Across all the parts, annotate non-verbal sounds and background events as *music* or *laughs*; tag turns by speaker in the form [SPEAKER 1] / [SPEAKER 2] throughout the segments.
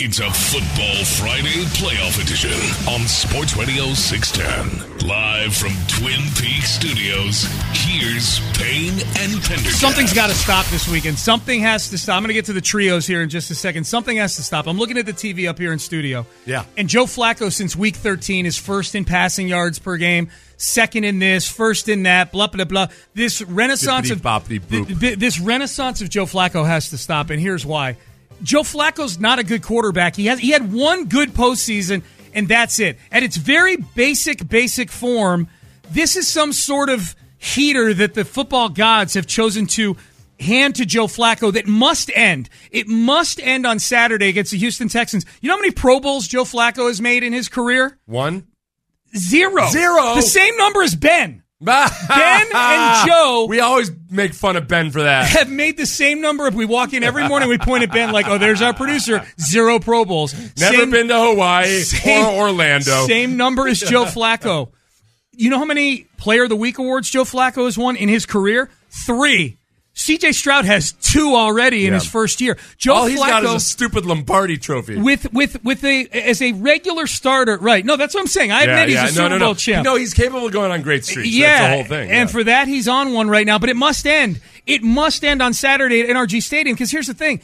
[SPEAKER 1] It's a Football Friday Playoff Edition on Sports Radio 610. Live from Twin Peaks Studios, here's Payne and Pendergast.
[SPEAKER 2] Something's got to stop this weekend. Something has to stop. I'm going to get to the trios here in just a second. Something has to stop. I'm looking at the TV up here in studio.
[SPEAKER 3] Yeah.
[SPEAKER 2] And Joe Flacco, since week 13, is first in passing yards per game, second in this, first in that, blah, blah, blah. This renaissance of
[SPEAKER 3] Bippity-boppity-boop.
[SPEAKER 2] th- th- this renaissance of Joe Flacco has to stop, and here's why. Joe Flacco's not a good quarterback. He has he had one good postseason, and that's it. At its very basic, basic form, this is some sort of heater that the football gods have chosen to hand to Joe Flacco that must end. It must end on Saturday against the Houston Texans. You know how many Pro Bowls Joe Flacco has made in his career?
[SPEAKER 3] One.
[SPEAKER 2] Zero.
[SPEAKER 3] Zero?
[SPEAKER 2] The same number as *laughs* Ben.
[SPEAKER 3] Ben *laughs*
[SPEAKER 2] and Joe-
[SPEAKER 3] We always make fun of Ben for that.
[SPEAKER 2] have made the same number. If we walk in every morning, we point at Ben like, "Oh, there's our producer." Zero Pro Bowls.
[SPEAKER 3] Never
[SPEAKER 2] *laughs* Same-
[SPEAKER 3] been to Hawaii
[SPEAKER 2] same-
[SPEAKER 3] or Orlando.
[SPEAKER 2] Same number as Joe Flacco. You know how many Player of the Week awards Joe Flacco has won in his career? Three. C.J. Stroud has two already in
[SPEAKER 3] Yeah.
[SPEAKER 2] his first year. Joe
[SPEAKER 3] All
[SPEAKER 2] Flacco
[SPEAKER 3] he's got is a stupid Lombardi trophy.
[SPEAKER 2] with with with a as a regular starter. Right? No, that's what I'm saying. I admit he's a Super
[SPEAKER 3] no, no,
[SPEAKER 2] Bowl
[SPEAKER 3] no.
[SPEAKER 2] champ.
[SPEAKER 3] No, he's capable of going on great streaks.
[SPEAKER 2] Yeah,
[SPEAKER 3] That's the whole thing.
[SPEAKER 2] And
[SPEAKER 3] yeah.
[SPEAKER 2] for that, he's on one right now. But it must end. It must end on Saturday at NRG Stadium. Because here's the thing: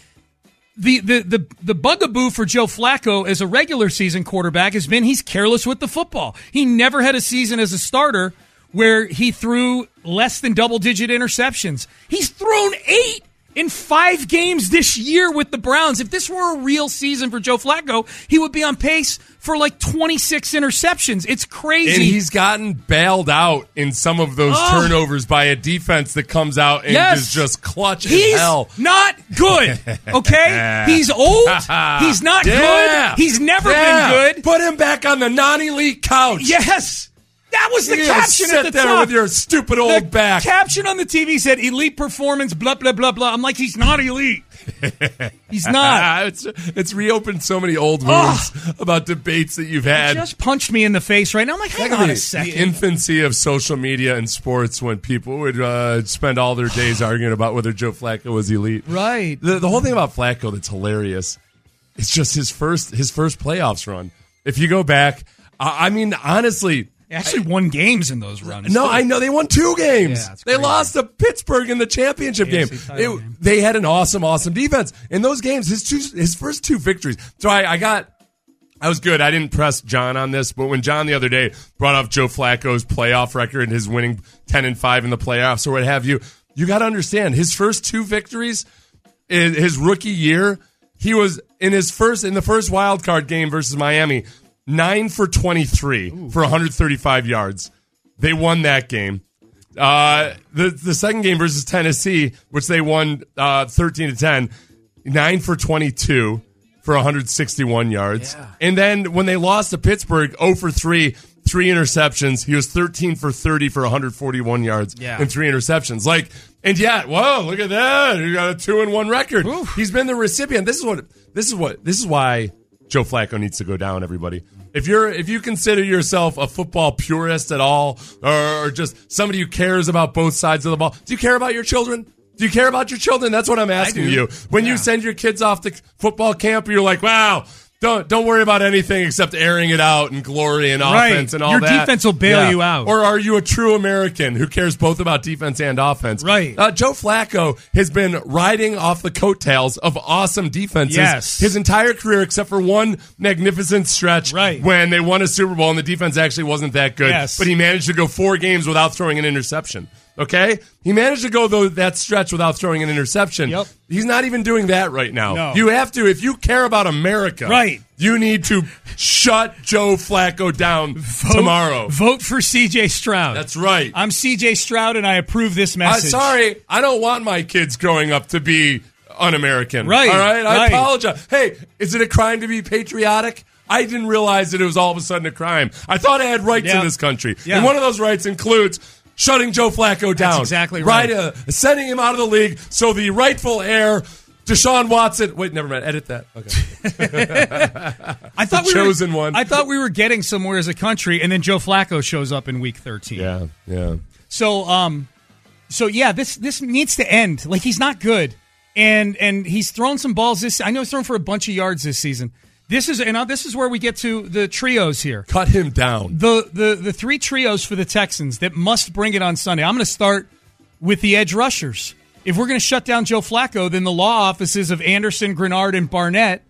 [SPEAKER 2] the the the the bugaboo for Joe Flacco as a regular season quarterback has been he's careless with the football. He never had a season as a starter where he threw less than double digit interceptions. He's thrown eight. In five games this year with the Browns, if this were a real season for Joe Flacco, he would be on pace for like 26 interceptions. It's crazy.
[SPEAKER 3] And he's gotten bailed out in some of those
[SPEAKER 2] Oh.
[SPEAKER 3] turnovers by a defense that comes out and
[SPEAKER 2] Yes.
[SPEAKER 3] is just clutch
[SPEAKER 2] He's
[SPEAKER 3] as hell.
[SPEAKER 2] not good.
[SPEAKER 3] *laughs*
[SPEAKER 2] Okay, he's old. He's *laughs* not
[SPEAKER 3] Yeah.
[SPEAKER 2] good. He's never
[SPEAKER 3] Yeah.
[SPEAKER 2] been good.
[SPEAKER 3] Put him back on the non-elite couch.
[SPEAKER 2] Yes, that was the
[SPEAKER 3] You
[SPEAKER 2] caption
[SPEAKER 3] sit
[SPEAKER 2] at the
[SPEAKER 3] there
[SPEAKER 2] top.
[SPEAKER 3] with your stupid
[SPEAKER 2] the
[SPEAKER 3] old back.
[SPEAKER 2] caption on the TV said "elite performance." Blah blah blah blah. I'm like, he's not elite. he's
[SPEAKER 3] *laughs*
[SPEAKER 2] not.
[SPEAKER 3] Ah, it's it's reopened so many old
[SPEAKER 2] Ugh.
[SPEAKER 3] wounds about debates that you've had.
[SPEAKER 2] Ah. Just punched me in the face right now. I'm like, hang on
[SPEAKER 3] Secondly,
[SPEAKER 2] a second.
[SPEAKER 3] The infancy of social media and sports when people would uh, spend all their days arguing about whether Joe Flacco was elite.
[SPEAKER 2] Right.
[SPEAKER 3] The, the whole thing about Flacco that's hilarious. It's just his first his first playoffs run. If you go back, I, I mean, honestly,
[SPEAKER 2] Actually, won games in those runs.
[SPEAKER 3] no,
[SPEAKER 2] too.
[SPEAKER 3] I know they won two games.
[SPEAKER 2] Yeah, it's
[SPEAKER 3] they
[SPEAKER 2] crazy.
[SPEAKER 3] lost to Pittsburgh in the championship game.
[SPEAKER 2] AFC title
[SPEAKER 3] It-
[SPEAKER 2] game.
[SPEAKER 3] They had an awesome, awesome defense in those games. His two, his first two victories. So I, I got. I was good. I didn't press John on this, but when John the other day brought up Joe Flacco's playoff record and his winning ten and five in the playoffs or what have you, you got to understand his first two victories in his rookie year, he was in his first in the first wild card game versus Miami, nine for twenty three for 135 yards. They won that game. Uh, the the second game versus Tennessee, which they won uh, 13 to 10, nine for 22 for 161 yards. And then when they lost to Pittsburgh, 0 for 3, three interceptions. He was 13 for 30 for 141 yards
[SPEAKER 2] Yeah.
[SPEAKER 3] and three interceptions. Like, and yet, whoa, look at that. He got a two and one record. He's been the recipient. This is what this is what this is why Joe Flacco needs to go down, everybody. If you're if you consider yourself a football purist at all, or, or just somebody who cares about both sides of the ball, do you care about your children? Do you care about your children? That's what I'm asking
[SPEAKER 2] do.
[SPEAKER 3] you. When you send your kids off to c- football camp, you're like, wow. Don't don't worry about anything except airing it out and glory and
[SPEAKER 2] Right.
[SPEAKER 3] offense and all
[SPEAKER 2] Your
[SPEAKER 3] that.
[SPEAKER 2] defense will bail you out.
[SPEAKER 3] Or are you a true American who cares both about defense and offense?
[SPEAKER 2] Right.
[SPEAKER 3] Uh, Joe Flacco has been riding off the coattails of awesome defenses
[SPEAKER 2] Yes.
[SPEAKER 3] his entire career except for one magnificent stretch
[SPEAKER 2] Right.
[SPEAKER 3] when they won a Super Bowl and the defense actually wasn't that good.
[SPEAKER 2] Yes.
[SPEAKER 3] But he managed to go four games without throwing an interception. Okay? He managed to go though that stretch without throwing an interception.
[SPEAKER 2] Yep.
[SPEAKER 3] He's not even doing that right now.
[SPEAKER 2] No.
[SPEAKER 3] You have to, if you care about America,
[SPEAKER 2] Right.
[SPEAKER 3] you need to shut Joe Flacco down tomorrow.
[SPEAKER 2] Vote for CJ Stroud.
[SPEAKER 3] That's right.
[SPEAKER 2] I'm CJ Stroud, and I approve this
[SPEAKER 3] I'm
[SPEAKER 2] message.
[SPEAKER 3] sorry, I don't want my kids growing up to be un-American.
[SPEAKER 2] Right,
[SPEAKER 3] All right. I
[SPEAKER 2] right.
[SPEAKER 3] apologize. Hey, is it a crime to be patriotic? I didn't realize that it was all of a sudden a crime. I thought I had rights
[SPEAKER 2] Yeah.
[SPEAKER 3] in this country,
[SPEAKER 2] Yeah.
[SPEAKER 3] and one of those rights includes shutting Joe Flacco down.
[SPEAKER 2] exactly right.
[SPEAKER 3] uh, sending him out of the league so the rightful heir, Deshaun Watson. Wait, never mind. Edit that. Okay.
[SPEAKER 2] I thought
[SPEAKER 3] the
[SPEAKER 2] we were-
[SPEAKER 3] chosen one.
[SPEAKER 2] I thought we were getting somewhere as a country, and then Joe Flacco shows up in Week 13.
[SPEAKER 3] yeah. Yeah.
[SPEAKER 2] So, um, so yeah, this this needs to end. Like he's not good, and and he's thrown some balls this. I know he's thrown for a bunch of yards this season. This is and uh, this is where we get to the trios here.
[SPEAKER 3] Cut him down.
[SPEAKER 2] The the the three trios for the Texans that must bring it on Sunday. I'm going to start with the edge rushers. If we're going to shut down Joe Flacco, then the law offices of Anderson, Grenard, and Barnett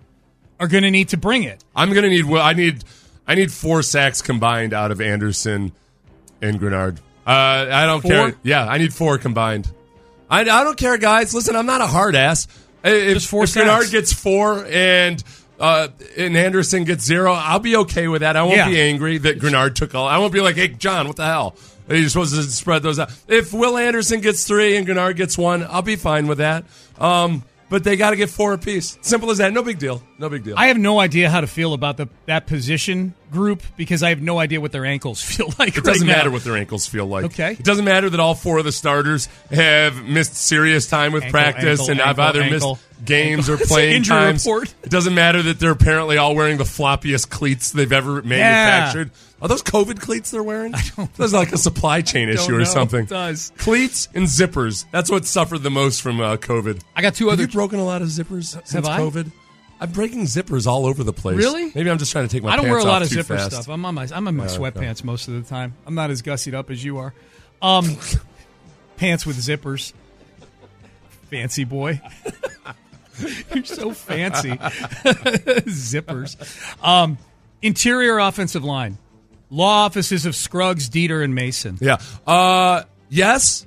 [SPEAKER 2] are going to need to bring it.
[SPEAKER 3] I'm gonna need. Well, I need. I need four sacks combined out of Anderson and Grenard. Uh, I don't
[SPEAKER 2] Four?
[SPEAKER 3] care. Yeah, I need four combined. I, I don't care, guys. Listen, I'm not a hard ass. I- If,
[SPEAKER 2] Just four
[SPEAKER 3] if Grenard
[SPEAKER 2] sacks.
[SPEAKER 3] gets four and uh, and Anderson gets zero, I'll be okay with that. I won't
[SPEAKER 2] Yeah.
[SPEAKER 3] be angry that Grenard took all. I won't be like, hey, John, what the hell? You're supposed to spread those out. If Will Anderson gets three and Grenard gets one, I'll be fine with that. Um, but they got to get four apiece. Simple as that. No big deal. No big deal.
[SPEAKER 2] I have no idea how to feel about the that position group because I have no idea what their ankles *laughs* feel like.
[SPEAKER 3] It doesn't matter what their ankles feel like.
[SPEAKER 2] Okay.
[SPEAKER 3] It doesn't matter that all four of the starters have missed serious time with
[SPEAKER 2] Ankle,
[SPEAKER 3] practice
[SPEAKER 2] ankle,
[SPEAKER 3] and I've
[SPEAKER 2] ankle,
[SPEAKER 3] either
[SPEAKER 2] ankle,
[SPEAKER 3] missed games
[SPEAKER 2] ankle. *laughs*
[SPEAKER 3] or
[SPEAKER 2] It's an
[SPEAKER 3] playing
[SPEAKER 2] injury
[SPEAKER 3] times.
[SPEAKER 2] report.
[SPEAKER 3] It doesn't matter that they're apparently all wearing the floppiest cleats they've ever manufactured. Are those COVID cleats they're wearing? I don't There's like
[SPEAKER 2] *laughs*
[SPEAKER 3] a supply chain issue
[SPEAKER 2] know.
[SPEAKER 3] or
[SPEAKER 2] It
[SPEAKER 3] something.
[SPEAKER 2] does.
[SPEAKER 3] Cleats and zippers. That's what suffered the most from uh, COVID.
[SPEAKER 2] I got two
[SPEAKER 3] Have
[SPEAKER 2] other-
[SPEAKER 3] you broken a lot of zippers since
[SPEAKER 2] I?
[SPEAKER 3] COVID? I'm breaking zippers all over the place.
[SPEAKER 2] Really?
[SPEAKER 3] Maybe I'm just trying to take my
[SPEAKER 2] I don't
[SPEAKER 3] pants
[SPEAKER 2] wear a
[SPEAKER 3] off
[SPEAKER 2] lot of
[SPEAKER 3] too
[SPEAKER 2] zipper
[SPEAKER 3] fast. Uh,
[SPEAKER 2] stuff. I'm on my I'm in my sweatpants most of the time. I'm not as gussied up as you are. Um, *laughs* pants with zippers. Fancy boy. *laughs* You're so fancy. *laughs* zippers. Um, interior offensive line. Law offices of Scruggs, Dieter, and Mason.
[SPEAKER 3] Yeah. Uh, yes.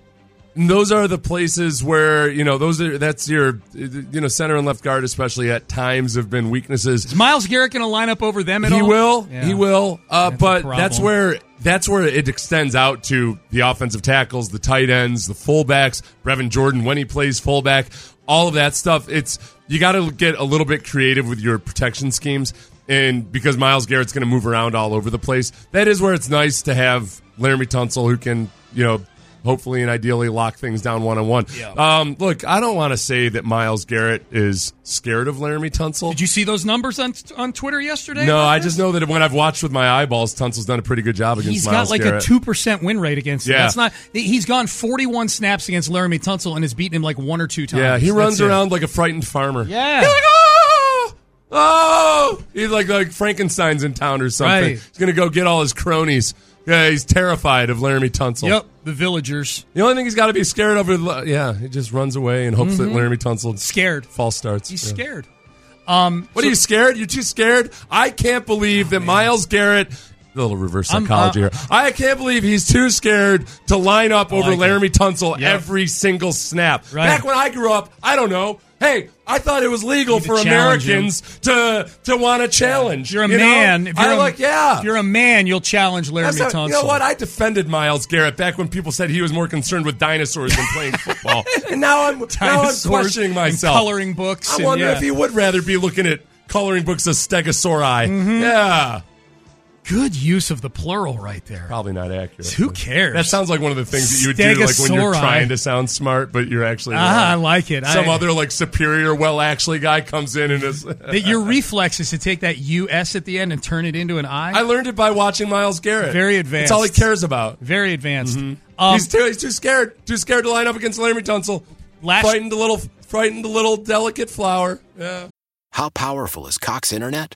[SPEAKER 3] And those are the places where you know those are that's your you know center and left guard especially at times have been weaknesses.
[SPEAKER 2] Miles Garrett going to line up over them at
[SPEAKER 3] He
[SPEAKER 2] all?
[SPEAKER 3] will,
[SPEAKER 2] Yeah.
[SPEAKER 3] he will. Uh,
[SPEAKER 2] That's a
[SPEAKER 3] but
[SPEAKER 2] problem.
[SPEAKER 3] that's where that's where it extends out to the offensive tackles, the tight ends, the fullbacks. Brevin Jordan when he plays fullback, all of that stuff. It's you got to get a little bit creative with your protection schemes, and because Miles Garrett's going to move around all over the place, that is where it's nice to have Laramie Tunsil who can you know. Hopefully and ideally lock things down one on one. Um, look, I don't want to say that Miles Garrett is scared of Laramie Tunsil.
[SPEAKER 2] Did you see those numbers on on Twitter yesterday?
[SPEAKER 3] No,
[SPEAKER 2] about
[SPEAKER 3] I
[SPEAKER 2] this?
[SPEAKER 3] just know that when I've watched with my eyeballs, Tunsil's done a pretty good job against
[SPEAKER 2] He's
[SPEAKER 3] Miles
[SPEAKER 2] got like
[SPEAKER 3] Garrett.
[SPEAKER 2] a two percent win rate against him.
[SPEAKER 3] Yeah.
[SPEAKER 2] That's not. He's gone forty-one snaps against Laramie Tunsil and has beaten him like one or two times.
[SPEAKER 3] Yeah, he
[SPEAKER 2] That's
[SPEAKER 3] runs
[SPEAKER 2] it.
[SPEAKER 3] around like a frightened farmer.
[SPEAKER 2] Yeah.
[SPEAKER 3] He's like, oh, oh. He's like, like Frankenstein's in town or something.
[SPEAKER 2] Right.
[SPEAKER 3] He's going to go get all his cronies. Yeah, he's terrified of Laramie Tunsil.
[SPEAKER 2] Yep, the villagers
[SPEAKER 3] The only thing he's got to be scared of, is, yeah, he just runs away and hopes that Laramie Tunsil
[SPEAKER 2] Mm-hmm. Scared.
[SPEAKER 3] false starts.
[SPEAKER 2] He's
[SPEAKER 3] Yeah.
[SPEAKER 2] scared.
[SPEAKER 3] What are you scared? You too scared? I can't believe that Miles Garrett. A little reverse
[SPEAKER 2] Oh, I'm,
[SPEAKER 3] psychology
[SPEAKER 2] uh,
[SPEAKER 3] here. I can't believe he's too scared to line up over
[SPEAKER 2] like it.
[SPEAKER 3] Laramie Tunsil
[SPEAKER 2] Oh, Yep.
[SPEAKER 3] every single snap.
[SPEAKER 2] Right.
[SPEAKER 3] Back when I grew up, I don't know. Hey, I thought it was legal
[SPEAKER 2] You could
[SPEAKER 3] for
[SPEAKER 2] challenge him.
[SPEAKER 3] Americans to to want to challenge.
[SPEAKER 2] If you're a
[SPEAKER 3] you know?
[SPEAKER 2] man. If you're
[SPEAKER 3] I
[SPEAKER 2] a-
[SPEAKER 3] like, yeah.
[SPEAKER 2] If you're a man, you'll challenge Laramie
[SPEAKER 3] That's not-
[SPEAKER 2] Tunsil.
[SPEAKER 3] you know what? I defended Miles Garrett back when people said he was more concerned with dinosaurs than
[SPEAKER 2] *laughs*
[SPEAKER 3] playing football. and now I'm now I'm
[SPEAKER 2] Dinosaurs
[SPEAKER 3] questioning
[SPEAKER 2] and
[SPEAKER 3] myself.
[SPEAKER 2] coloring books.
[SPEAKER 3] I
[SPEAKER 2] and,
[SPEAKER 3] wonder
[SPEAKER 2] yeah.
[SPEAKER 3] if he would rather be looking at coloring books of Stegosauri. Yeah.
[SPEAKER 2] Good use of the plural right there.
[SPEAKER 3] Probably not accurate.
[SPEAKER 2] Who cares?
[SPEAKER 3] That sounds like one of the things that you would do like when you're
[SPEAKER 2] Stegosauri.
[SPEAKER 3] trying to sound smart, but you're actually
[SPEAKER 2] Ah,
[SPEAKER 3] not.
[SPEAKER 2] I like it.
[SPEAKER 3] Some
[SPEAKER 2] I-
[SPEAKER 3] other like superior well actually guy comes in and *laughs* is
[SPEAKER 2] That your reflex is to take that US at the end and turn it into an I.
[SPEAKER 3] I learned it by watching Miles
[SPEAKER 2] *laughs*
[SPEAKER 3] Garrett.
[SPEAKER 2] Very
[SPEAKER 3] That's all he
[SPEAKER 2] advanced.
[SPEAKER 3] cares about. Mm-hmm.
[SPEAKER 2] Very advanced. Um,
[SPEAKER 3] he's too he's too scared. Too scared to line up against Laramie Tunsil.
[SPEAKER 2] Last-
[SPEAKER 3] frightened a little frightened a little delicate flower. Yeah.
[SPEAKER 4] How powerful is Cox Internet?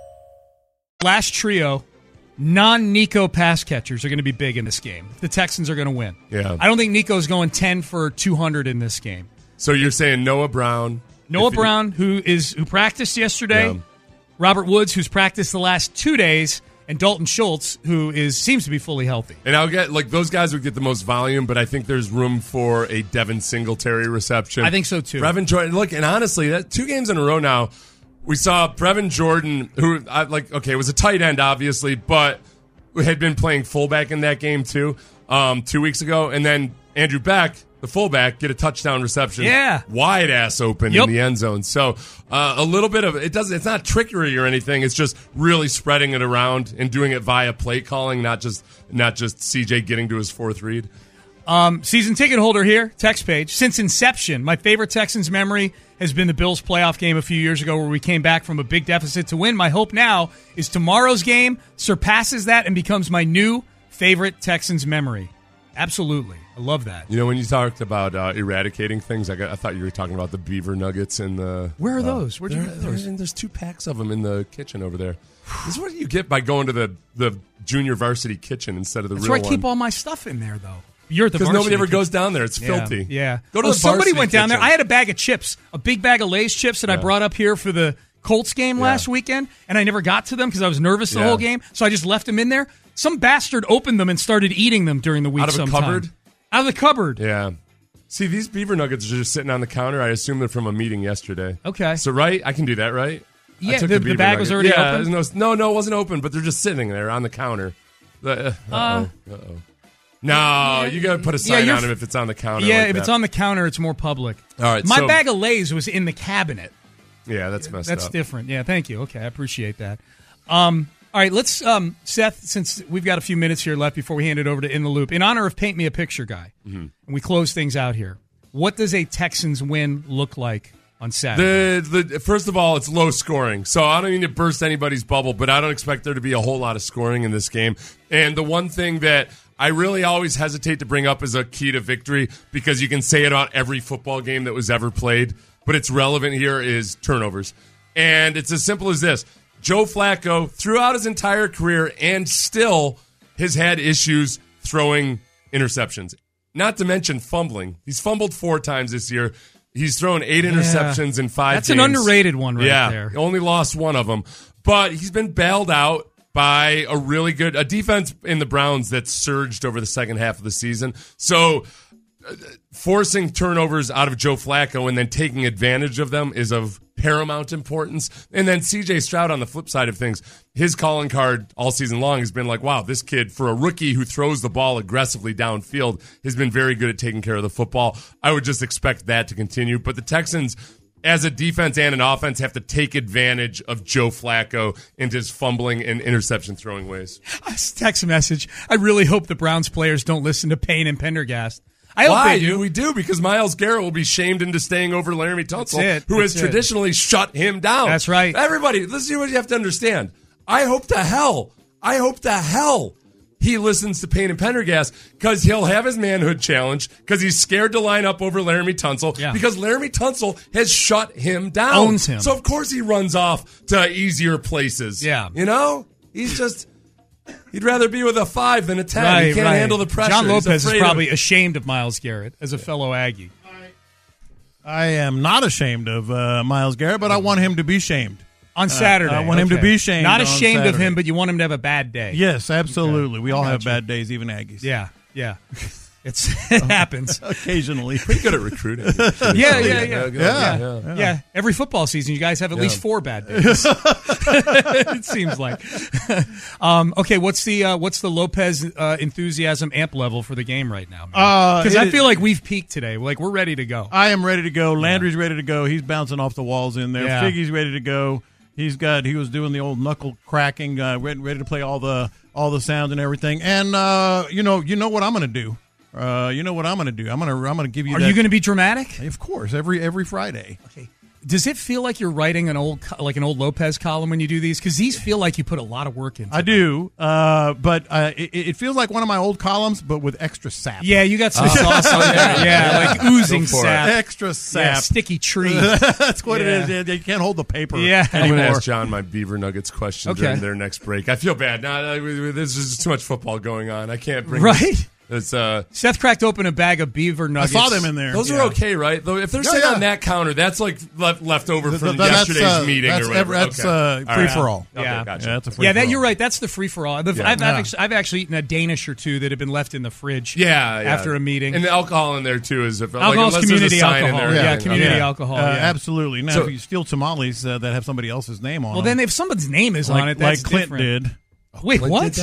[SPEAKER 2] last trio, non Nico pass catchers are going to be big in this game. The Texans are going to win.
[SPEAKER 3] Yeah.
[SPEAKER 2] I don't think Nico's going 10 for 200 in this game.
[SPEAKER 3] So you're saying Noah Brown?
[SPEAKER 2] Noah
[SPEAKER 3] if he-
[SPEAKER 2] Brown, who is who practiced yesterday,
[SPEAKER 3] Yeah.
[SPEAKER 2] Robert Woods, who's practiced the last two days, and Dalton Schultz, who is seems to be fully healthy.
[SPEAKER 3] And I'll get like those guys would get the most volume, but I think there's room for a Devin Singletary reception.
[SPEAKER 2] I think so, too.
[SPEAKER 3] Brevin Jordan, look, and honestly, that two games in a row now, we saw Brevin Jordan, who I, like okay was a tight end obviously, but had been playing fullback in that game too, um, two weeks ago, and then Andrew Beck, the fullback, get a touchdown reception,
[SPEAKER 2] Yeah.
[SPEAKER 3] wide ass open
[SPEAKER 2] Yep.
[SPEAKER 3] in the end zone. So uh, a little bit of it doesn't. It's not trickery or anything. It's just really spreading it around and doing it via play calling, not just not just CJ getting to his fourth read.
[SPEAKER 2] Season ticket holder here, text page. Since inception, my favorite Texans memory has been the Bills playoff game a few years ago where we came back from a big deficit to win. My hope now is tomorrow's game surpasses that and becomes my new favorite Texans memory. Absolutely. I love that.
[SPEAKER 3] You know, when you talked about uh, eradicating things, I, got, I thought you were talking about the beaver nuggets and the.
[SPEAKER 2] Where are
[SPEAKER 3] uh,
[SPEAKER 2] those? Where'd you
[SPEAKER 3] they're-
[SPEAKER 2] get those?
[SPEAKER 3] they're- There's two packs of them in the kitchen over there. this is what you get by going to the, the junior varsity kitchen instead of the
[SPEAKER 2] That's
[SPEAKER 3] real
[SPEAKER 2] where I keep
[SPEAKER 3] one.
[SPEAKER 2] all my stuff in there, though. You're at the
[SPEAKER 3] Because
[SPEAKER 2] varsity
[SPEAKER 3] nobody ever
[SPEAKER 2] kitchen.
[SPEAKER 3] goes down there. It's filthy.
[SPEAKER 2] Yeah. yeah.
[SPEAKER 3] Go to
[SPEAKER 2] Oh,
[SPEAKER 3] the
[SPEAKER 2] somebody
[SPEAKER 3] varsity
[SPEAKER 2] went down there.
[SPEAKER 3] kitchen.
[SPEAKER 2] I had a bag of chips, a big bag of Lay's chips that I brought up here for the Colts game last weekend, and I never got to them because I was nervous the
[SPEAKER 3] Yeah.
[SPEAKER 2] whole game, so I just left them in there. Some bastard opened them and started eating them during the week.
[SPEAKER 3] Out of a
[SPEAKER 2] sometime.
[SPEAKER 3] cupboard?
[SPEAKER 2] Out of the cupboard.
[SPEAKER 3] Yeah. See, these beaver nuggets are just sitting on the counter. I assume they're from a meeting yesterday.
[SPEAKER 2] Okay.
[SPEAKER 3] So, right? I can do that, right? I
[SPEAKER 2] Yeah,
[SPEAKER 3] took
[SPEAKER 2] the- the
[SPEAKER 3] beaver
[SPEAKER 2] bag was already
[SPEAKER 3] yeah,
[SPEAKER 2] open?
[SPEAKER 3] there's No, no, no, it wasn't open, but they're just sitting there on the counter. The- Uh, uh-oh, uh-oh. No, you got to put a sign
[SPEAKER 2] you're
[SPEAKER 3] on
[SPEAKER 2] f-
[SPEAKER 3] them if it's on the counter.
[SPEAKER 2] Yeah,
[SPEAKER 3] like
[SPEAKER 2] if it's
[SPEAKER 3] that.
[SPEAKER 2] on the counter, it's more public.
[SPEAKER 3] All right,
[SPEAKER 2] My
[SPEAKER 3] so-
[SPEAKER 2] bag of Lay's was in the cabinet.
[SPEAKER 3] Yeah, that's messed
[SPEAKER 2] That's
[SPEAKER 3] up.
[SPEAKER 2] different. Yeah, thank you. Okay, I appreciate that. Um, all right, let's um, Seth. Since we've got a few minutes here left before we hand it over to in the loop, in honor of Paint Me a Picture guy,
[SPEAKER 3] Mm-hmm.
[SPEAKER 2] and we close things out here. What does a Texans win look like on Saturday?
[SPEAKER 3] The, the first of all, it's low scoring, so I don't mean to burst anybody's bubble, but I don't expect there to be a whole lot of scoring in this game. And the one thing that I really always hesitate to bring up is a key to victory because you can say it about every football game that was ever played, but it's relevant here is turnovers, and it's as simple as this: Joe Flacco throughout his entire career and still has had issues throwing interceptions. Not to mention fumbling. He's fumbled four times this year. He's thrown eight interceptions in five.
[SPEAKER 2] That's an
[SPEAKER 3] games.
[SPEAKER 2] underrated one right
[SPEAKER 3] yeah,
[SPEAKER 2] there.
[SPEAKER 3] Only lost one of them, but he's been bailed out by a really good a defense in the Browns that surged over the second half of the season. So forcing turnovers out of Joe Flacco and then taking advantage of them is of paramount importance. And then CJ Stroud on the flip side of things, his calling card all season long has been like, wow, this kid for a rookie who throws the ball aggressively downfield has been very good at taking care of the football. I would just expect that to continue. But the Texans as a defense and an offense have to take advantage of Joe Flacco and his fumbling and interception throwing ways.
[SPEAKER 2] Text message. I really hope the Browns players don't listen to Payne and Pendergast. I hope
[SPEAKER 3] Why?
[SPEAKER 2] they do.
[SPEAKER 3] We do because Miles Garrett will be shamed into staying over Laramie Tunsil,
[SPEAKER 2] it.
[SPEAKER 3] who has
[SPEAKER 2] That's it.
[SPEAKER 3] traditionally shut him down.
[SPEAKER 2] That's right.
[SPEAKER 3] Everybody, this is what you have to understand. I hope to hell, I hope to hell he listens to Payne and Pendergast because he'll have his manhood challenged because he's scared to line up over Laramie Tunsil
[SPEAKER 2] Yeah.
[SPEAKER 3] because Laramie Tunsil has shut him down.
[SPEAKER 2] Owns him.
[SPEAKER 3] So, of course, he runs off to easier places.
[SPEAKER 2] Yeah.
[SPEAKER 3] You know? He's just. He'd rather be with a five than a ten. he can't handle the pressure.
[SPEAKER 2] John
[SPEAKER 3] He's
[SPEAKER 2] Lopez is
[SPEAKER 3] afraid of-
[SPEAKER 2] probably ashamed of Miles Garrett as a fellow Aggie.
[SPEAKER 5] I am not ashamed of uh, Miles Garrett, but I want him to be shamed. Uh,
[SPEAKER 2] On Saturday,
[SPEAKER 5] I want him to be shamed
[SPEAKER 2] Not
[SPEAKER 5] on
[SPEAKER 2] ashamed of
[SPEAKER 5] Saturday.
[SPEAKER 2] him, but you want him to have a bad day.
[SPEAKER 5] Yes, absolutely. We all have bad days, even Aggies.
[SPEAKER 2] yeah,
[SPEAKER 5] *laughs*
[SPEAKER 2] yeah. It's it happens.
[SPEAKER 5] Occasionally.
[SPEAKER 3] pretty good at recruiting.
[SPEAKER 6] *laughs*
[SPEAKER 2] Yeah, yeah, yeah.
[SPEAKER 5] Yeah.
[SPEAKER 2] Yeah. every football season, you guys have at least four bad days. *laughs* it seems like. *laughs* um, okay, what's the uh, what's the Lopez uh, enthusiasm amp level for the game right now?
[SPEAKER 5] Uh,
[SPEAKER 2] Because
[SPEAKER 5] it
[SPEAKER 2] I
[SPEAKER 5] is-
[SPEAKER 2] feel like we've peaked today. Like we're ready to go.
[SPEAKER 5] I am ready to go. Landry's ready to go. He's bouncing off the walls in there.
[SPEAKER 2] Yeah.
[SPEAKER 5] Figgy's ready to go. He's got. He was doing the old knuckle cracking. Uh, ready, ready to play all the all the sounds and everything. And uh, you know, you know what I'm gonna do. Uh, you know what I'm gonna do. I'm gonna I'm gonna give you.
[SPEAKER 2] Are
[SPEAKER 5] that-
[SPEAKER 2] you going to be dramatic?
[SPEAKER 5] *laughs* Of course, every every Friday.
[SPEAKER 2] Does it feel like you're writing an old co- like an old Lopez column when you do these? Because these feel like you put a lot of work into.
[SPEAKER 5] I do. Uh, but uh, it, it feels like one of my old columns, but with extra sap.
[SPEAKER 2] Yeah, you got some sauce on there. Yeah, like oozing sap,
[SPEAKER 5] Extra sap.
[SPEAKER 2] yeah,
[SPEAKER 5] *laughs*
[SPEAKER 2] sticky tree.
[SPEAKER 5] That's what it
[SPEAKER 2] Yeah.
[SPEAKER 5] is. You can't hold the paper.
[SPEAKER 2] Yeah.
[SPEAKER 3] I'm going to
[SPEAKER 5] anymore.
[SPEAKER 3] ask John my Beaver Nuggets question
[SPEAKER 2] Okay.
[SPEAKER 3] during their next break. I feel bad. Nah, there's just too much football going on. I can't bring
[SPEAKER 2] Right?
[SPEAKER 3] this- It's uh,
[SPEAKER 2] Seth cracked open a bag of beaver
[SPEAKER 5] I
[SPEAKER 2] nuggets.
[SPEAKER 5] saw them in there.
[SPEAKER 3] those
[SPEAKER 5] Yeah.
[SPEAKER 3] are okay, right? Though if they're
[SPEAKER 5] Yeah,
[SPEAKER 3] sitting
[SPEAKER 5] yeah.
[SPEAKER 3] on that counter, that's like left, left over
[SPEAKER 5] Th-
[SPEAKER 3] from
[SPEAKER 5] th- that's,
[SPEAKER 3] yesterday's
[SPEAKER 5] uh,
[SPEAKER 3] meeting
[SPEAKER 5] that's
[SPEAKER 3] or whatever.
[SPEAKER 5] ever- that's,
[SPEAKER 3] Okay.
[SPEAKER 5] uh,
[SPEAKER 3] right.
[SPEAKER 5] free for all.
[SPEAKER 3] Okay,
[SPEAKER 2] Yeah.
[SPEAKER 3] gotcha.
[SPEAKER 5] Yeah, that's a free
[SPEAKER 2] yeah,
[SPEAKER 5] for
[SPEAKER 2] that
[SPEAKER 5] all.
[SPEAKER 2] you're right. That's the free for all. I've, I've,
[SPEAKER 5] Yeah.
[SPEAKER 2] actually, I've actually eaten a Danish or two that have been left in the fridge.
[SPEAKER 3] yeah, yeah.
[SPEAKER 2] after a meeting.
[SPEAKER 3] and the alcohol in there too is if, like,
[SPEAKER 2] Alcohol's
[SPEAKER 3] unless there's a
[SPEAKER 2] community
[SPEAKER 3] sign
[SPEAKER 2] alcohol.
[SPEAKER 3] In there,
[SPEAKER 2] Yeah,
[SPEAKER 3] okay.
[SPEAKER 2] community alcohol,
[SPEAKER 5] Uh,
[SPEAKER 2] yeah.
[SPEAKER 5] Absolutely. Now,
[SPEAKER 3] So-
[SPEAKER 5] if you steal tamales uh, that have somebody else's name on
[SPEAKER 2] well,
[SPEAKER 5] them,
[SPEAKER 2] then if someone's name is
[SPEAKER 5] like,
[SPEAKER 2] on it,
[SPEAKER 5] like
[SPEAKER 2] that's
[SPEAKER 5] Clint
[SPEAKER 2] different.
[SPEAKER 5] did.
[SPEAKER 2] Wait, what?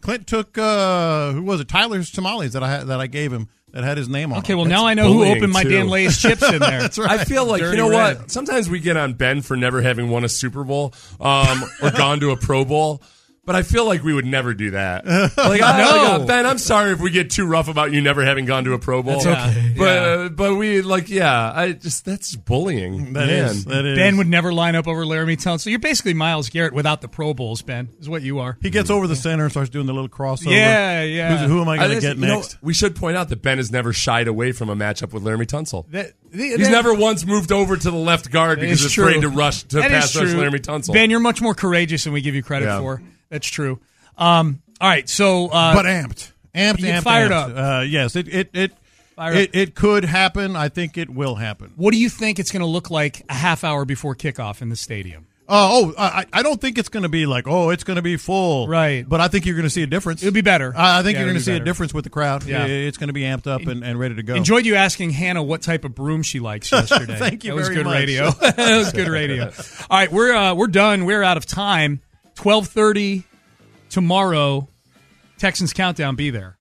[SPEAKER 5] Clint took uh, who was it? Tyler's tamales that I had, that I gave him that had his name on.
[SPEAKER 2] Okay, well
[SPEAKER 5] them.
[SPEAKER 2] now I know who
[SPEAKER 3] bullying,
[SPEAKER 2] opened my
[SPEAKER 3] too.
[SPEAKER 2] Dan Lay's chips in
[SPEAKER 5] *laughs*
[SPEAKER 2] there. that's *laughs*
[SPEAKER 3] I feel like
[SPEAKER 2] Dirty
[SPEAKER 3] you know
[SPEAKER 2] red.
[SPEAKER 3] what. Sometimes we get on Ben for never having won a Super Bowl um, or gone to a Pro Bowl, but I feel like we would never do
[SPEAKER 5] *laughs*
[SPEAKER 3] that. Like, I, like,
[SPEAKER 2] No.
[SPEAKER 3] uh, Ben, I'm sorry if we get too rough about you never having gone to a Pro Bowl.
[SPEAKER 2] That's okay.
[SPEAKER 3] But
[SPEAKER 2] Yeah.
[SPEAKER 3] uh, but we like yeah, I just that's bullying.
[SPEAKER 5] That
[SPEAKER 3] Man.
[SPEAKER 5] is- that is
[SPEAKER 2] Ben would never line up over Laramie Tunsil. You're basically Miles Garrett without the Pro Bowls, Ben, is what you are.
[SPEAKER 5] he gets over the center and starts doing the little crossover.
[SPEAKER 2] Yeah, yeah.
[SPEAKER 5] Who's- who am I
[SPEAKER 3] I
[SPEAKER 5] going to
[SPEAKER 3] just-
[SPEAKER 5] get
[SPEAKER 3] you know,
[SPEAKER 5] next?
[SPEAKER 3] we should point out that Ben has never shied away from a matchup with Laramie Tunsil.
[SPEAKER 2] That,
[SPEAKER 3] He's never once moved over to the left guard because he's afraid to rush to
[SPEAKER 2] That is
[SPEAKER 3] pass rush
[SPEAKER 2] true.
[SPEAKER 3] Laramie Tunsil.
[SPEAKER 2] Ben, you're much more courageous than we give you credit
[SPEAKER 3] Yeah.
[SPEAKER 2] for. That's true. Um, all right, so uh,
[SPEAKER 5] but amped, amped,
[SPEAKER 2] You
[SPEAKER 5] amped,
[SPEAKER 2] fired
[SPEAKER 5] amped. Uh, yes, it it it,
[SPEAKER 2] Fire
[SPEAKER 5] it
[SPEAKER 2] up.
[SPEAKER 5] it could happen. I think it will happen.
[SPEAKER 2] what do you think it's going to look like a half hour before kickoff in the stadium?
[SPEAKER 5] Uh, oh, I, I don't think it's going to be like, oh, it's going to be full.
[SPEAKER 2] Right.
[SPEAKER 5] But I think you're going to see a difference.
[SPEAKER 2] It'll be better.
[SPEAKER 5] I, I think
[SPEAKER 2] Yeah,
[SPEAKER 5] you're going
[SPEAKER 2] it'll
[SPEAKER 5] to
[SPEAKER 2] be
[SPEAKER 5] see
[SPEAKER 2] better.
[SPEAKER 5] a difference with the crowd.
[SPEAKER 2] Yeah.
[SPEAKER 5] I- It's going to be amped up and, and ready to go.
[SPEAKER 2] Enjoyed you asking Hannah what type of broom she
[SPEAKER 5] *laughs*
[SPEAKER 2] likes yesterday.
[SPEAKER 5] Thank you
[SPEAKER 2] That was
[SPEAKER 5] very
[SPEAKER 2] good
[SPEAKER 5] much. *laughs*
[SPEAKER 2] radio. *laughs* that was good radio. All right, we're uh, we're done. We're out of time. Twelve thirty tomorrow. Texans countdown. Be there.